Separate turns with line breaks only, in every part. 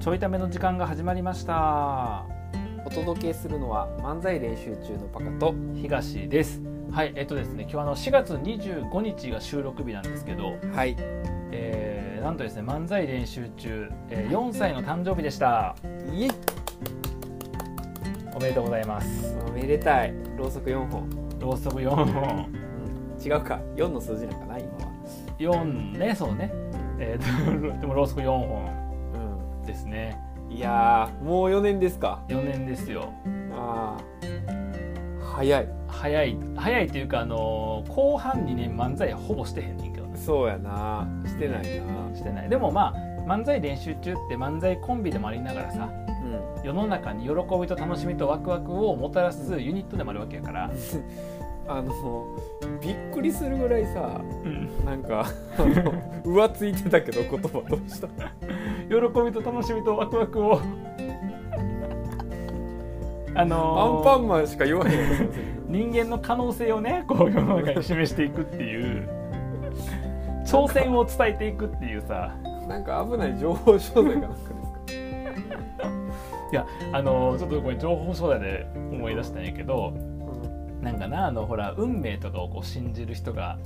ちょいための時間が始まりました
お届けするのは漫才練習中のパカと
東ですはいえっとですね今日あの4月25日が収録日なんですけど、
はい
えー、なんとですね漫才練習中、えー、4歳の誕生日でした
イエイ
おめでとうございます
おめでたいろうそく4本、
ローソク4本
うん、違うか4の数字なんかな今
4ねそうねえー、とでもローソク4本
は、
ですね
うん、いやーもう4年ですか
4年ですよ
あー早い
早い早いっていうかあのー後半にね漫才ほぼしてへんねんけどね
そうやなしてないな
してないでもまあ漫才練習中って漫才コンビでもありながらさ
うん
世の中に喜びと楽しみとワクワクをもたらすユニットでもあるわけやから、
あのびっくりするぐらいさ
うん
なんかあの浮ついてたけど言葉どうした
喜びと楽しみとワクワクを あ
アンパ
の
ンマンしか言わへんやつ
人間の可能性をね こう世の中に示していくっていう挑戦を伝えていくっていうさ
なんか危ない情報商材かなんかですか
いやあのちょっとこれ情報商材で思い出したんやけどなんかなあのほら運命とかをこう信じる人が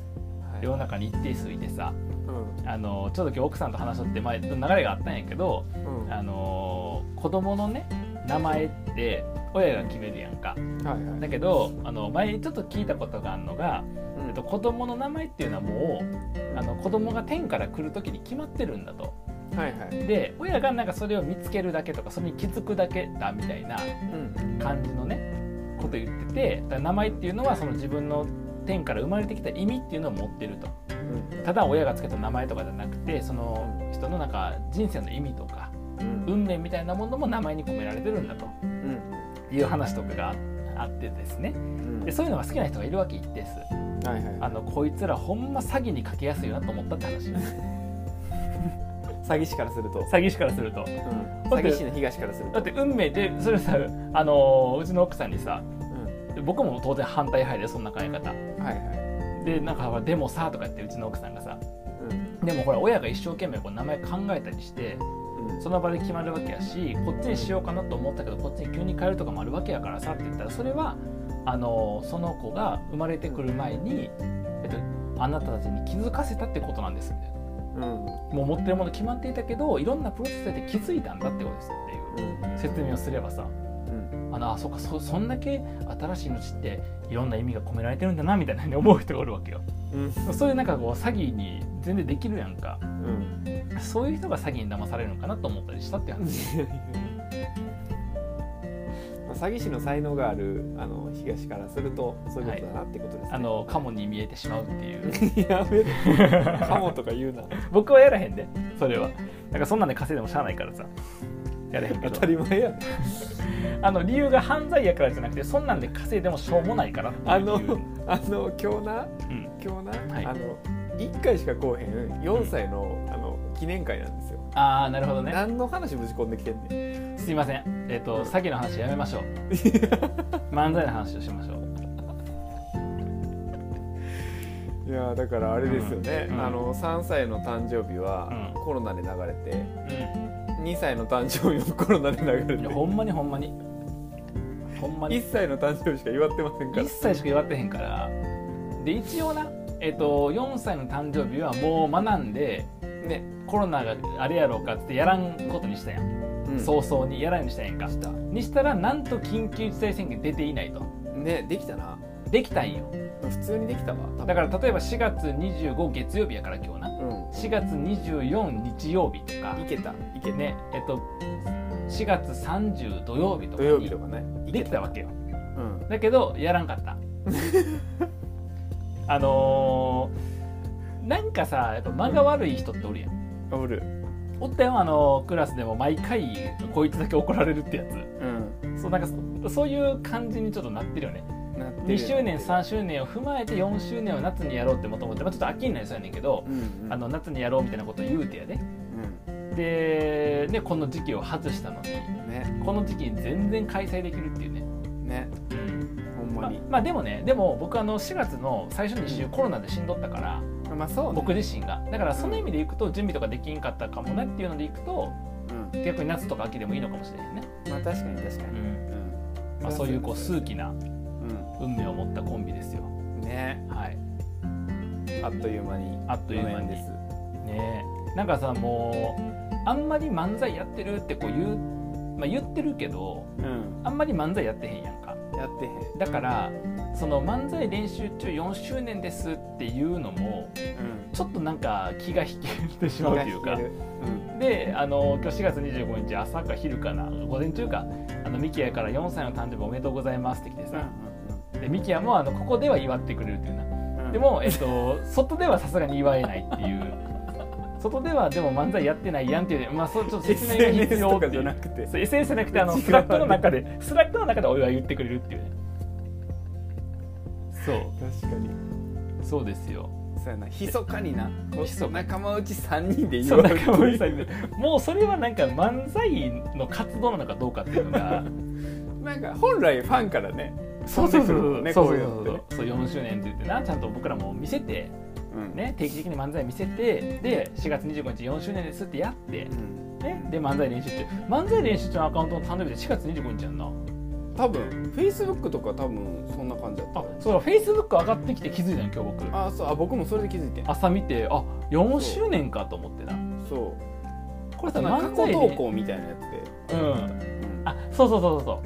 はい
世の中に一定数いてさ
う
あのちょっと今日奥さんと話しとって前流れがあったんやけど
んうんは
あの子供のね名前って親が決めるやんか
いはい
だけどあの前ちょっと聞いたことがあるのが、
うん
えっと、子供の名前っていうのはもうあの子供が天から来る時に決まってるんだと
はいはい
で親がなんかそれを見つけるだけとかそれに気づくだけだみたいな
うん
感じのねこと言っててだから名前っていうのはその自分の天から生まれてきた意味っていうのを持ってるとただ親がつけた名前とかじゃなくてその人のなんか人生の意味とか
うんうん
運命みたいなものも名前に込められてるんだという話とかがあってですね
うん
でそういうのが好きな人がいるわけ一定数
はいはい
あのこいつらほんま詐欺にかけやすいなと思ったって話
詐欺師からすると
詐欺師からすると
うん
だっ
詐
て
欺師の東からする
だ
と
って運命でそれさあのうちの奥さんにさ僕も当然反対派やでそんな考え方
うんはいはい
でなんかほらでもさとか言ってうちの奥さんがさ
うん
でもほら親が一生懸命こう名前考えたりして
うん
その場で決まるわけやしこっちにしようかなと思ったけどこっちに急に変えるとかもあるわけやからさって言ったらそれはあのその子が生まれてくる前に、えっと、あなたたちに気づかせたってことなんですみたいな
うん
もう持ってるもの決まっていたけどいろんなプロセスで気づいたんだってことですっていう説明をすればさ
うん
あのあそっかそそんだけ新しい命っていろんな意味が込められてるんだなみたいなふうに思う人がおるわけよ
うん
そういうなんかこう詐欺に全然できるやんか
うん
そういう人が詐欺に騙されるのかなと思ったりしたっていう話
まあ詐欺師の才能があるあの東からするとそういうことだなってことですね、
あのカモに見えてしまうっていう
やめろカモとか言うな
僕はやらへんでそれはなんかそんなんで稼いでもしゃあないからさやれへんけ
当
ど
たり前やん
あの理由が犯罪やからじゃなくてそんなんで稼いでもしょうもないからっていう
あの
理由
あの今日な
うん、
今日な、
はい
あの1回しか来おへん4歳の,、あの記念会なんですよ、
ああなるほどね
何の話ぶち込んできてんねん
すいませんえっ、と詐欺の話やめま しょう漫才の話をしましょう
いやだからあれですよね、
うんうん
あの3歳の誕生日は
うん
コロナで流れて、2歳の誕生日も コロナで流れ
うんい
て
やほんまにほんまにほんまに
1歳の誕生日しか祝ってませんから
1歳しか言われてへんからで一応な、えっと4歳の誕生日はもう学んで
ね、
コロナがあれやろうかっつってやらんことにしたやん、
そ
早々にやらんようにしたやんか
した
にしたらなんと緊急事態宣言出ていないと
うねできたな
できたんよ
普通にできたわ多分
だから例えば4月25月曜日やから今日な
う
4月24日曜日とか
んいけたいけね
ねえっと4月30土曜日とか
土曜日と
に
かねい
で
け
きたわけよ
うん
だけどやらんかったあのーなんかさやっぱ間が悪い人っておるやん
おる
おったよあのークラスでも毎回こいつだけ怒られるってやつ
うん
そうなんかそそういう感じにちょっとなってるよね
なってる
2周年3周年を踏まえて4周年を夏にやろうってもともと、まあ、ちょっと秋になりそうやねんけど
う、んうん
あの夏にやろうみたいなこと言うてやで
う
でねこの時期を外したのに
んね
この時期に全然開催できるっていうね、
ね
うん、
ほん
ま
ま
あ
に、
まあでもねでも僕あの4月の最初の1週コロナで死んどったから
まあそうね
僕自身がだからその意味でいくと準備とかできんかったかもねっていうのでいくと
うん
逆に夏とか秋でもいいのかもしれへんね、
まあ確かに確か
う
に、
ん
うん
まあ、そういうこう
そ
数
う
奇な
う
運命を持ったコンビですよ
んね
はい
あっという間に
あっという間に
四年です
ねえなんかさもうあんまり漫才やってるってこう言う、まあ、言ってるけど
うん
あんまり漫才やってへんやんか
やってへん
だからその漫才練習中4周年ですっていうのも
うん
ちょっとなんか気が引けてしまうというか
気が引けるうん
であの今日4月25日朝か昼かな午前中かあのミキヤから4歳の誕生日おめでとうございますって来てさでミキヤもあのここでは祝ってくれるっていうな
うんうん
でも、えっと、外ではさすがに祝えないっていう外ではでも漫才やってないやんっていう、まあ、そうちょっと説明が必
SNS
要
と
って
か
い
じゃな
う
くて
そう SNS じゃなくてあの
違う
スラックの中でスラックの中でお祝い言ってくれるっていうねそう
確かに
そうですよ
そうやな密かになこう
密かに
仲間内三人で言
そうう中森さんにもうそれはなんか漫才の活動なのかどうかっていうのが
なんか本来ファンからねね
そう
こ
そうう
い
そうう
のっ
そうそ
てね
う4周年って言ってなちゃんと僕らも見せて
うん
ね定期的に漫才見せてで4月25日4周年ですってやって
うん
ね、で漫才練習中漫才練習中のアカウントの誕生日で4月25日やんな
多分フェイスブックとか多分そんな感じだった
あそうだフェイスブック上がってきて気づいたの今日僕
あそうあ僕もそれで気づいてん
朝見てあ4周年かと思ってな
そう
これさ
その過
漫
去
才
投
で
稿みたいなやつで
うん
うん
あそうそうそうそうそ
そう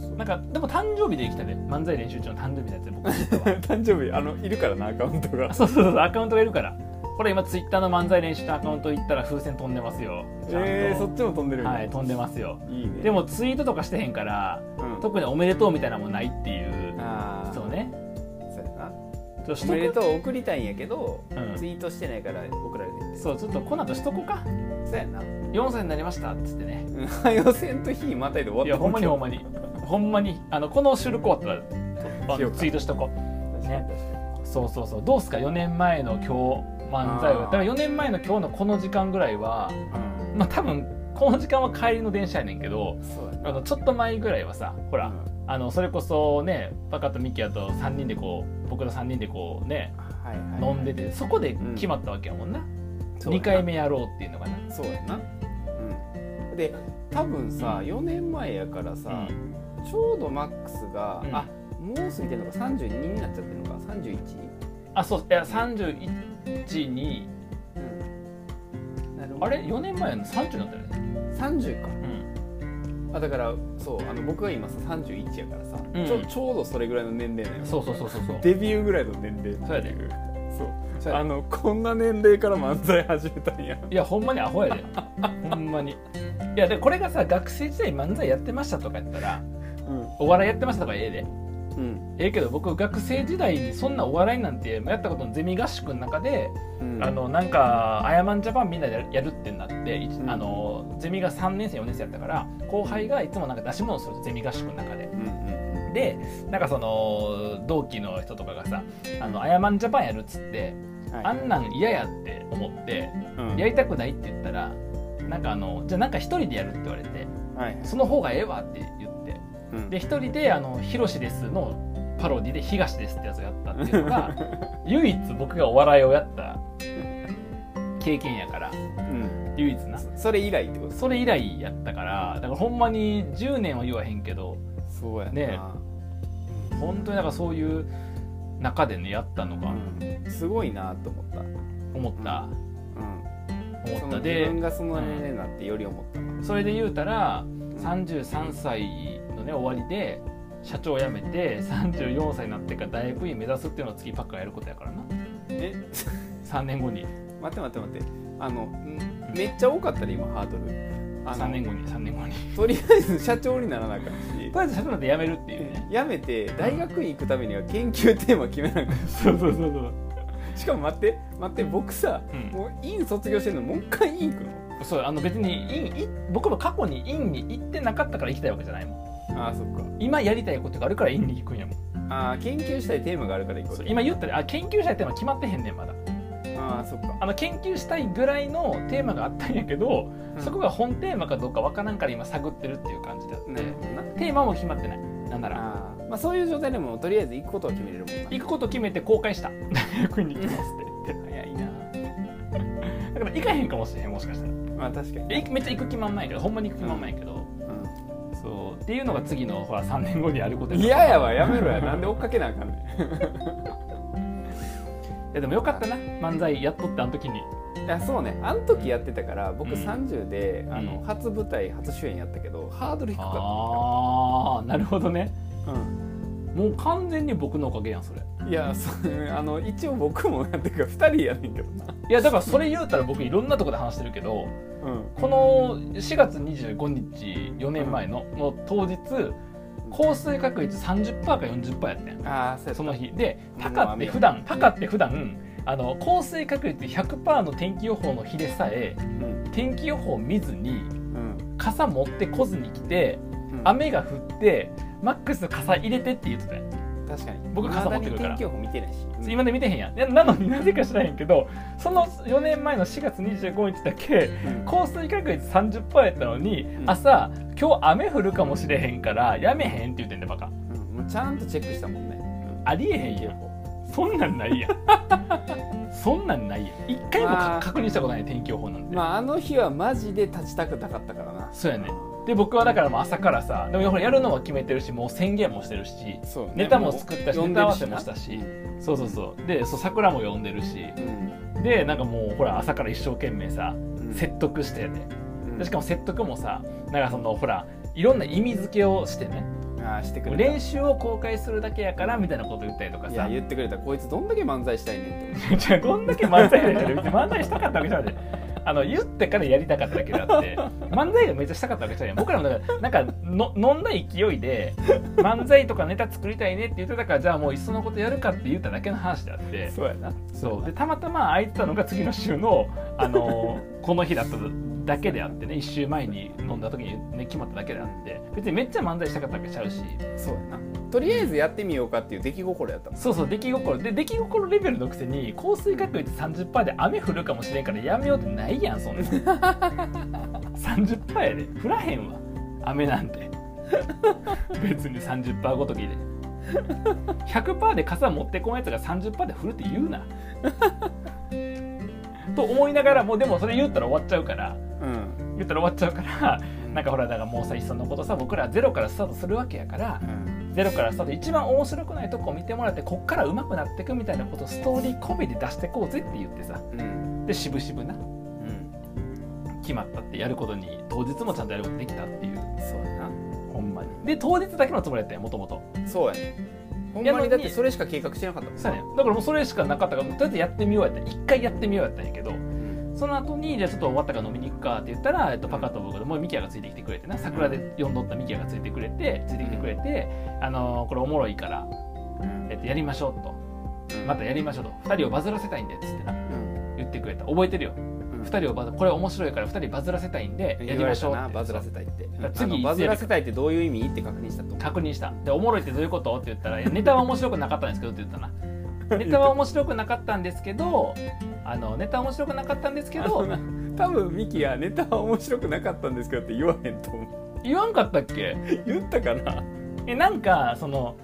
そうう
なんかでも誕生日で生きたね漫才練習中の誕生日のやつで僕知った わ
誕生日あのいるからなアカウントが
あそうそうそうアカウントがいるからこれ今ツイッターの漫才練習のアカウント行ったら風船飛んでますよちゃんと、
えー、そっちも飛んでるんだ
はい飛んでますよ
いいね
で、もツイートとかしてへんから
うん、
特におめでとうみたいなのもないっていう
ああ
そうね
そうやな
ちょっとし
お
と
め
く
でとう送りたいんやけど、
うん
ツイートしてないから送られてる
そうちょっとこの後しとこうか
そうやな
4歳になりましたっつってね
うん予選と日またいで終わった
いやほんまにほん
ま
まにほんまにあのこの収録終わったらあ
しよ
の
うか
ツイートしとこ
に
ねうそうそうそうどうすか4年前の今日漫才を
あー
だから4年前の今日のこの時間ぐらいはまあ多分この時間は帰りの電車やねんけど
うん、そうや
あ
な
のちょっと前ぐらいはさほら、
うん
あのそれこそねパカとミキヤと3人でこう僕ら3人でこうね
はいはいはい
飲んでてそこで決まったわけやもんな、
そうや
2
な
回目やろうっていうのがな
そうやな、うん、で多分さ4年前やからさ、ちょうどマックスが、
うん
あもう過ぎてるのか32になっちゃってるのか 31?
あそういや31に
うんなるほど
あれ4年前の30になったよね、
30か
うん、
あだからそうあの僕が今さ31やからさ、
うん
ちょちょうどそれぐらいの年齢なんよ
そうそうそうそうそう
デビューぐらいの年齢
そうやで
そう
そうや
あのこんな年齢から漫才始めたんや
いやほんまにアホやでほんま にいやでこれがさ学生時代漫才やってましたとかやったら
うん
お笑いやってましたとかええで
うん、
ええけど僕学生時代にそんなお笑いなんてやったことのゼミ合宿の中で、
うん、
あのなんか「あやまんジャパン」みんなでやるってなって、いち
うん
あのゼミが3年生4年生やったから後輩がいつもなんか出し物をするゼミ合宿の中で
うんうん
でなんかその同期の人とかがさ「あのアヤマンジャパンやる」っつって、
うんはい
あんなん嫌やって思って
うん
やりたくないって言ったらなんかあのじゃあなんか一人でやるって言われて
はいはい
その方がええわって言って
うん
で一人であの「ひろしです」のパロディで「東です」ってやつをやったっていうの が唯一僕がお笑いをやった経験やから
うん
唯一な
それ以来ってこと
それ以来やったからだからほんまに10年は言わへんけど
そうやな
ね本当になんかそういう中でねやったのが
うんすごいなと思った、うん、
思った、
そ
思っ
の
た
自
で
分がその年齢になってより思ったわ
それで言うたら
ん
33歳のね終わりで社長を辞めて34歳になってから大学院目指すっていうのを次パックがやることやからな
え
3年後に
待って待って待ってあのんめっちゃ多かったで今ハードルあ
3年
の
後に3年後に
とりあえず社長にならなあかんし
とりあえず社長なんて辞めるっていうね
やめて大学院行くためには研究テーマ決めなあかん
そうそうそうそう
しかも待って待って僕さ、
うん
もう院卒業してんのもう一回院行くの
そうあの別に院い僕も過去に院に行ってなかったから行きたいわけじゃないもん
ああそっか
今やりたいことがあるから院に行くんやもん
ああ研究したいテーマがあるから行こ
そうう今言ったらあ研究者ってのは決まってへんねんまだ
ああそっか、
あの研究したいぐらいのテーマがあったんやけど、そこが本テーマかどうかわからんから今探ってるっていう感じであって、
なるほどな
テーマも決まってないなんなら
あーまあそういう状態でもとりあえず行くことは決めれるもんな
行くこと決めて公開 した大学に行きますって言って
早いな
だから行かへんかもしれへんもしかしたら
まあ確かに、
えめっちゃ行く気満々やけどほんまに行く気満々やけど、そうっていうのが次のほら3年後にやること
うん、嫌やわやめろやなんで追っかけなあかんねん
いやでもよかったな漫才やっとってあの時に
いやそうねあの時やってたから僕
うん
30で、あ
う
の
ん
初舞台初主演やったけどハードル低かっ
ああなるほどね
た、
もう完全に僕のおかげやんそれ
うん、いやそうあの一応僕もやってるから2人やねんけどな、
いやだからそれ言うたら僕いろんなとこで話してるけど
うん、
この4月25日4年前のの当日降水確率30%か40%やったん
ああそうやった
その日で
うん
タカって普段タカって普段あの降水確率100%の天気予報の日でさえ
うん
天気予報見ずに
うん
傘持ってこずに来て
うん
雨が降ってマックスの傘入れてって言ってたよ
確かに
僕傘持ってくるから
未だに天気予報見てないし、
今で見てへんやんでなのになぜか知らへんけどその4年前の4月25日だけ
うん
降水確率30%やったのに、
うん
朝今日雨降るかもしれへんからやめへんって言ってんでバカ
うんもうちゃんとチェックしたもんね、うん
ありえへ
天
ん
気
や
予
ん
報
そんなんないや んそんなんないやん一回もか
まあ
確認したことない天気予報なんで、
まああの日はマジで立ちたくなかったからな
そうやねで僕はだからもう朝からさでもほらやるのは決めてるしもう宣言もしてるし
そうね
ネタも作ったし
もう
ネタ合わせもした
呼
し
んでる
そうそうそうでそう桜も呼んでるし
しな
でなんかもうほら朝から一生懸命さ
うんうん
説得してね
うん
でしかも説得もさなんかそのほらいろんな意味付けをしてね
ああしてくれた
練習を公開するだけやからみたいなこと言ったりとか
いや
さ
言ってくれたこいつどんだけ漫才したいねんって思って
じゃあこんだけ漫才やってる漫才したかったわけじゃないあの言ってからやりたかっただけであ って漫才がめっちゃしたかったわけじゃない僕らもだからなんかの飲んだ勢いで漫才とかネタ作りたいねって言ってたからじゃあもういっそのことやるかって言っただけの話であ って
そうやな
そうでたまたま空いてたのが次の週の、あのこの日だっただけであってね1週前に飲んだ時に、ね、決まっただけであって別にめっちゃ漫才したかったわけちゃうし
そうやなとりあえずやってみようかっていう出来心やったもん
そうそう出来心で出来心レベルのくせに降水確率30%で雨降るかもしれんからやめようってないやんそんなん30%やで降らへんわ雨なんて別に30%ごときで100%で傘持ってこんやつが30%で降るって言うなと思いながらもうでもそれ言ったら終わっちゃうから
うん
言ったら終わっちゃうからなん
か
かほらだからもうさいっそのことさ僕らゼロからスタートするわけやから
うん
ゼロからスタート一番面白くないとこを見てもらってこっから上手くなっていくみたいなことをストーリー込みで出してこうぜって言ってさ
うん
で渋々な
うん
決まったってやることに当日もちゃんとやることできたっていう
そうや
ほんまにで当日だけのつもりやったよもともと
なそうやねほん
や
ま
のに
にだってそれしか計画してなかったもん
そうやねだからもうそれしかなかったからとりあえずやってみようやった一回やってみようやったんやけど
うん
その後にじゃあちょっと終わったから飲みに行くかって言ったら、えっと、パカと僕でもうミキヤがついてきてくれてな桜で呼んどったミキヤがついてくれてついてきてくれて、あのーこれおもろいから、えっと、やりましょうと
うん
またやりましょうと2人をバズらせたいんでっつってな
うん
言ってくれた覚えてるよ
うん
2人をバズこれ面白いから2人バズらせたいんでやりましょう
言われたな
って
バズらせたいって
ら
うん
次
あの
いつ
バズらせたいってどういう意味って確認したと思う
確認したでおもろいってどういうことって言ったらいやネタは面白くなかったんですけどって言ったなネタは面白くなかったんですけどあのネタは面白くなかったんですけど
あの な多分ミキがネタは面白くなかったんですけどって言わへんと思う
言わんかったっけ
言ったかな
えなんかその、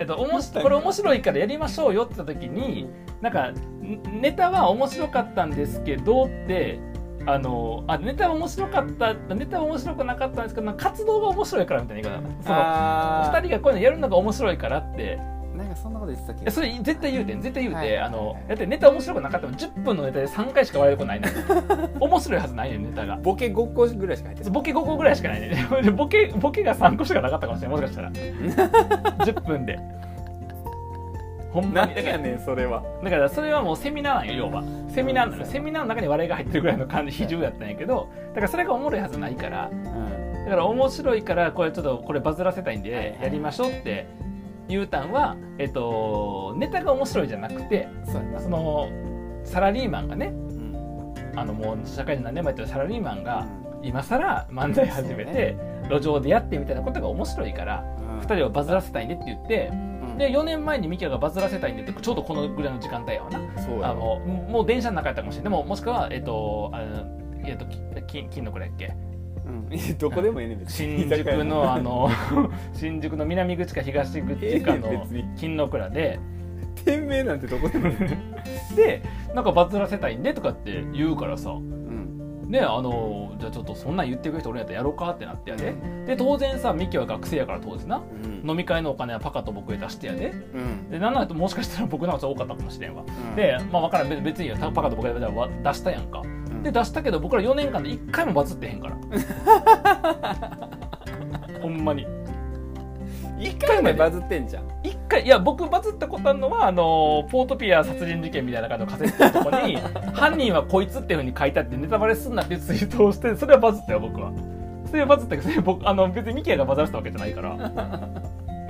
えっと、おもしこれ面白いからやりましょうよって言った時になんかんネタは面白かったんですけどってあのあネタは面白かったネタは面白くなかったんですけどなんか活動が面白いからみたいな言い方その
あ
2人がこういうのやるのが面白いからって
人なんかそんなこと言ってたっ
い
け
やそれ絶対言うてん絶対言うて、
はい
あのだってネタ面白くなかったもん10分のネタで3回しか笑えることないねん面白いはずないねんネタが
ボケ5個ぐらいしか入ってない
ボケ5個ぐらいしかないね でボケボケが3個しかなかったかもしれないもしかしたら 10分でほんま
なん
にだか
や
ら
ねんそれは
だからそれはもうセミナーなんよ要はセミナーな
う
の
ん
セミナーの中に笑いが入ってるぐらいの感じ比重やったんやけどだからそれがおもろいはずないから
うん
だから面白いからこれちょっとこれバズらせたいん
はい
で
はい
やりましょうって言うたんは、えっと、ネタが面白いじゃなくて
そうやな
そのサラリーマンがね
うん
あのもう社会人何年前やってるサラリーマンが今更漫才始めて路上でやってみたいなことが面白いから
うん
2人をバズらせたいねって言って
うん
で4年前にミキヤがバズらせたいねってちょうどこのぐらいの時間帯やわな
そう
あ
や
のもう電車の中やったかもしれないでももしくはえっとあのえっとき金金のこれやっけ
うん どこでもええねん別に
新宿のあ の 新宿の南口か東口かの金の蔵で
店名なんてどこでもええねん
でなんかバズらせたいんでとかって言うからさ
うん
ねあのじゃあちょっとそんなん言ってくれる人おるんやったらやろうかってなってやでで当然さミキは学生やから当時な飲み会のお金はパカと僕へ出してやで
うん
でなんならもしかしたら僕の方が多かったかもしれんわ
うん
でまあ分からん別別にいいよパカと僕へ出したやんか
うん
で出したけど僕ら4年間で1回もバズってへん からほんまに
一回目バズってんじゃん
一回いや僕バズったことあるのはあのポートピア殺人事件みたいな感じのカセットのとこに犯人はこいつっていうふうに書いてあってネタバレすんなっていうツイートをしてそれはバズったよ僕はそれはバズったけどそれ僕あの別にミキアがバズらせたわけじゃないからだか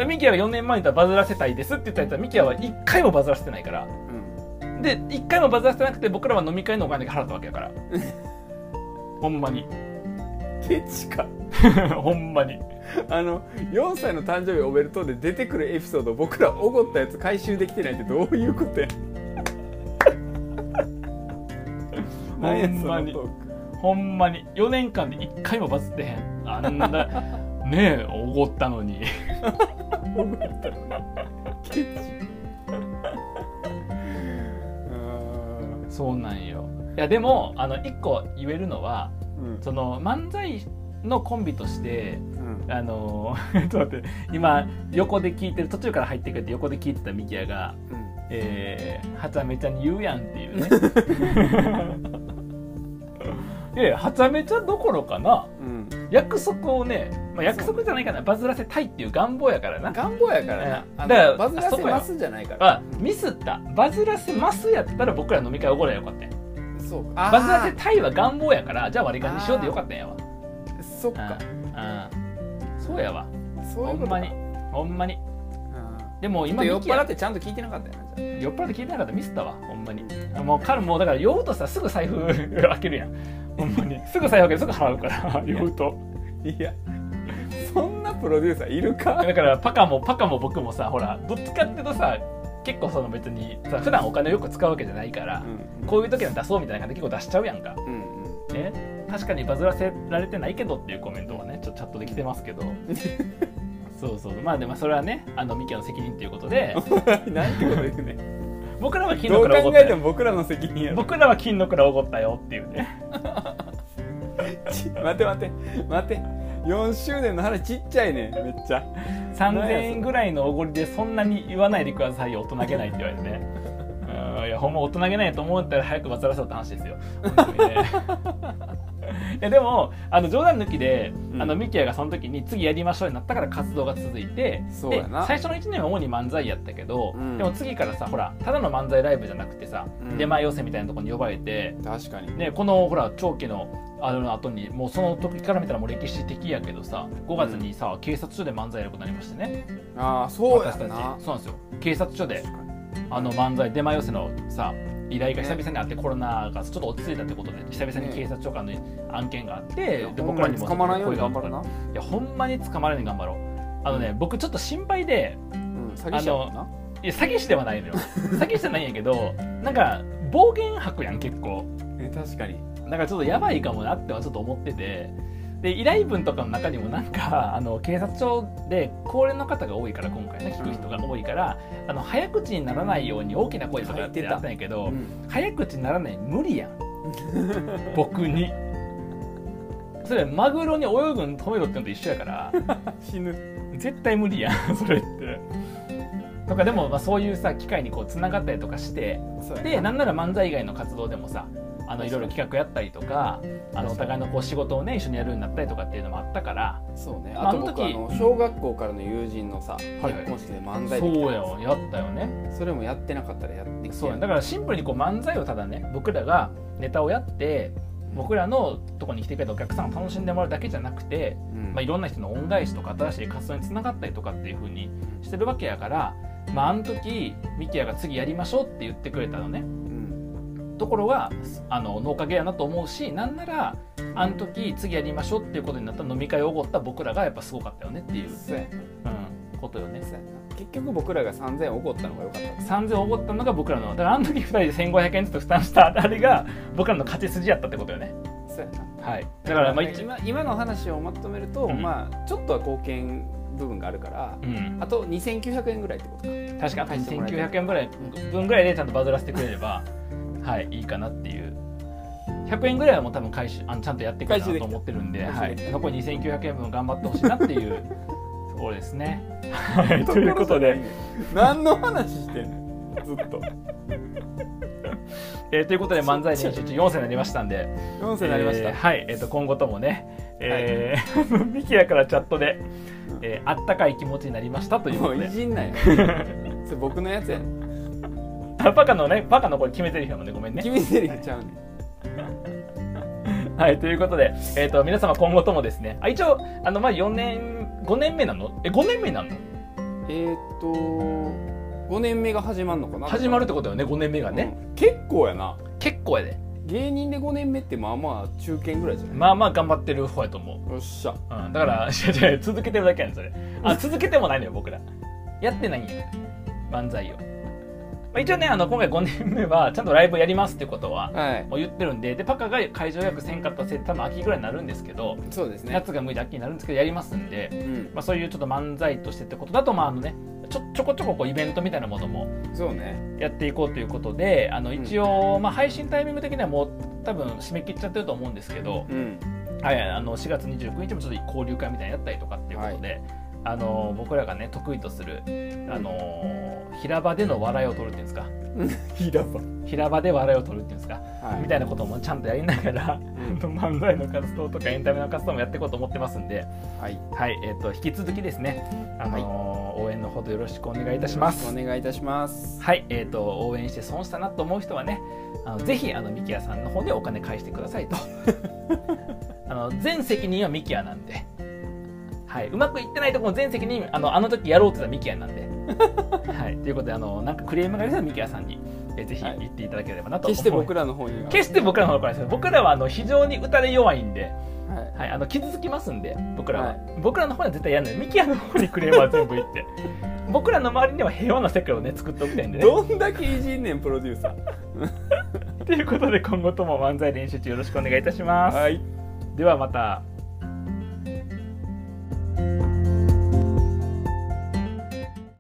らミキアが4年前に言ったらバズらせたいですって言ったやつはミキアは1回もバズらせてないから
うん
で1回もバズらせてなくて僕らは飲み会のお金だけ払ったわけやからほんまに
ケチか
ほんまに
あの4歳の誕生日おめでとうで出てくるエピソード僕らおごったやつ回収できてないってどういうこ とや
ほ
何や
ん
そ
ま
の
に
トーク
ほんまに4年間で1回もバズってへんあんな ねえおごったのに
おごったケチうん
そうなんよいやでもあの1個言えるのは
うん
その漫才のコンビとして
うん
あの ちょっと待って今横で聞いてる途中から入ってくれて横で聞いてたミキヤが「えー、はちゃめちゃに言うやん」っていうね いやいやはちゃめちゃどころかな
うん
約束をね、まあ、約束じゃないかなバズらせたいっていう願望やからな
願望やから
うん
なあ
だから
のバズらせますじゃないから
あミスったバズらせますやったら僕ら飲み会おごらよかったんや
そうか
バズら
あ
せたいは願望やからじゃあ割り勘にしようでよかったんやわ
ーそっか
うんうんそうやわ
そうい
ほ
うんこと
ま
か
にほんまに
うん
でも
ちょっ
今
と酔っ
ミキや
払ってちゃんと聞いてなかったよなじゃ
酔っ払って聞いてなかったらミスったわほんまにもう彼もうだから酔うとさすぐ財布 開けるやんほんまにすぐ財布開けるすぐ払うから 酔うと
あいやそんなプロデューサーいるか
だからパカもパカも僕もさほらどっちかっていうとさ結構その別にさ普段お金をよく使うわけじゃないから、こういう時は出そうみたいな感じで結構出しちゃうやんか
うんうん
ね、確かにバズらせられてないけどっていうコメントはねちょっとチャットで来てますけどそうそうまあでもそれはねあのミキの責任ということで
なんてこと言う ね
僕らは金の
どう
蔵おご
考
っ
え
た
て
よ
も僕らの責任やろ
僕らは金の蔵おごったよっていうね
ち待って待って待って4周年の話ちっちゃいねめっちゃ
3000円ぐらいのおごりでそんなに言わないでくださいよ大人げないって言われてねうんいやほんま大人げないと思ったら早くバズらせろって話ですよ本 当にねいやでもあの冗談抜きで、
うん
あのミキヤがその時に次やりましょうになったから活動が続いて
そうやな
で最初の1年は主に漫才やったけど、
うん
でも次からさほらただの漫才ライブじゃなくてさ、
うん
出前寄せみたいなところに呼ばれて、
確かに
ね、このほら長期のあれの後にもうその時から見たらもう歴史的やけどさ5月にさ、警察署で漫才やることになりましてね
ああそうや
私たち
な
そうなんですよ警察署で
確かに
あの漫才出前寄せのさ依頼が久々にあって、コロナがちょっと落ち着いたってことで久々に警察署からの案件があって、で
ほ
僕
んま
ら
に
にも
捕まらんように頑張
声
る
が
な
かかるいやほんまに捕まらんように頑張ろうあのね僕ちょっと心配で
うん詐欺師やもんない
や詐欺師ではないのよ詐欺師じゃないんやけどなんか暴言吐くやん結構
え確かに
なんかちょっとやばいかもなってはちょっと思っててで依頼文とかの中にもなんかあの警察庁で高齢の方が多いから今回ね聞く人が多いから、あの早口にならないように大きな声とかやって
書いてた
やったんやけど、
うん
早口にならない無理や ん僕にそれマグロに泳ぐん止めろってのと一緒やから
死ぬ
絶対無理やん それって。とかでもまあそういうさ機会にこうつながったりとかして
そうや
でなんなら漫才以外の活動でもさあのいろいろ
確かに
企画やったりとかあのお
確かに
互いのこう仕事をね一緒にやるようになったりとかっていうのもあったから
そうね
まあ
あと僕
あ
あ
の
の小学校からの友人のさ結
はい
婚式で漫才できた
そうやわやったよね
それもやってなかったらやってきて
そうやだからシンプルにこう漫才をただね僕らがネタをやって僕らのとこに来てくれたお客さんを楽しんでもらうだけじゃなくて、
うん
まあ、いろんな人の恩返しとか新しい活動につながったりとかっていう風にしてるわけやから、まあ、あの時ミキヤが次やりましょうって言ってくれたのね
うん
ところはあののおかげやなと思うしなんならあの時次やりましょうっていうことになった飲み会をおごった僕らがやっぱすごかったよねっていう、
そうや
うん、ことよね
そうやな結局僕らが3000円怒ったのが良かった
3000おごったのが僕らのだからあの時2人で1500円ずつ負担したあれが僕らの勝ち筋やったってことよね
そうやな
はいだからまあ一番
今今の話をまとめると、
うん
まあちょっとは貢献部分があるから、
うん
あと2900円ぐらいってことか
確かに2900円ぐらい分ぐらいでちゃんとバズらせてくれればはいいいかなっていう100円ぐらいはもう多分回収あのちゃんとやってくれ
回収
る
で
と
きた
思ってるんで
回収
は
で
い
き、
残り2900円分頑張ってほしいなっていうところですね。 はい
ということで何の話してんのずっと
えーということで漫才練習中4歳になりましたんで
4歳になりました、
えーはい、えー、と今後ともね、え ーミキヤからチャットで、えーあったかい気持ちになりましたというこ
も
と
うい
で
じんな よそれ僕のやつやね
あバカのねバカのこれ決めてる人なのでごめんね。
君セリフちゃうねん
はい、ということで、えー、と皆様今後ともですねあ一応あのまあ4年5年目なのえ5年目なの
えーっと5年目が始まるのかな
始まるってことよね5年目がね、
うん結構やな
結構やで
芸人で5年目ってまあまあ中堅ぐらいじゃない、
まあまあ頑張ってる方やと思う、
よっしゃ
うん、だから違う違う続けてるだけやんそれあ続けてもないのよ僕らやってないんや漫才を、まあ、一応ねあの今回5年目はちゃんとライブやりますってことは
はい
もう言ってるんででパカが会場予約せんかったせいで多分秋ぐらいになるんですけど、
そうですね、
夏が向いて秋になるんですけどやりますんで
うん、
まあ、そういうちょっと漫才としてってことだと、まああのね、ちょちょこちょここうイベントみたいなものも
そうね
やっていこうということであの一応、まあ、配信タイミング的にはもう多分締め切っちゃってると思うんですけど、
うん
はい、あの4月29日もちょっと交流会みたいなのやったりとかっていうことで、あの僕らがね得意とするあの平場での笑いを取るっていうんですか
平場
平場で笑いを取るっていうんですか
はい
みたいなこともちゃんとやりながら。
うん
漫才の活動とかエンタメの活動もやっていこうと思ってますんで、
はい
はい、えっ、と引き続きですね、あのー応援のほどよろしくお願いいたします
お。願いいたします
はい、えっ、と応援して損したなと思う人はね、あのぜひあのミキヤさんの方でお金返してくだ さいと。あの全責任はミキヤなんで。はい、うまくいってないところも全責任あのあの時やろうって言ったミキヤなんで。 はい、ということであのなんかクレームがあればミキヤさんに、えーぜひ
はい
言っていただければなと思います。
決して僕らの方には
決して僕らの方からですよ僕らはあの非常に打たれ弱いんで。
はい
はい、あの傷つきますんで僕らは、
はい
僕らの方は絶対やんないミキヤの方にクレームは全部言 って僕らの周りには平和な世界をね作っておきたいんでね
どんだけいじんねんプロデューサ
ということで今後とも漫才練習中よろしくお願いいたします、
ーはい
ではまた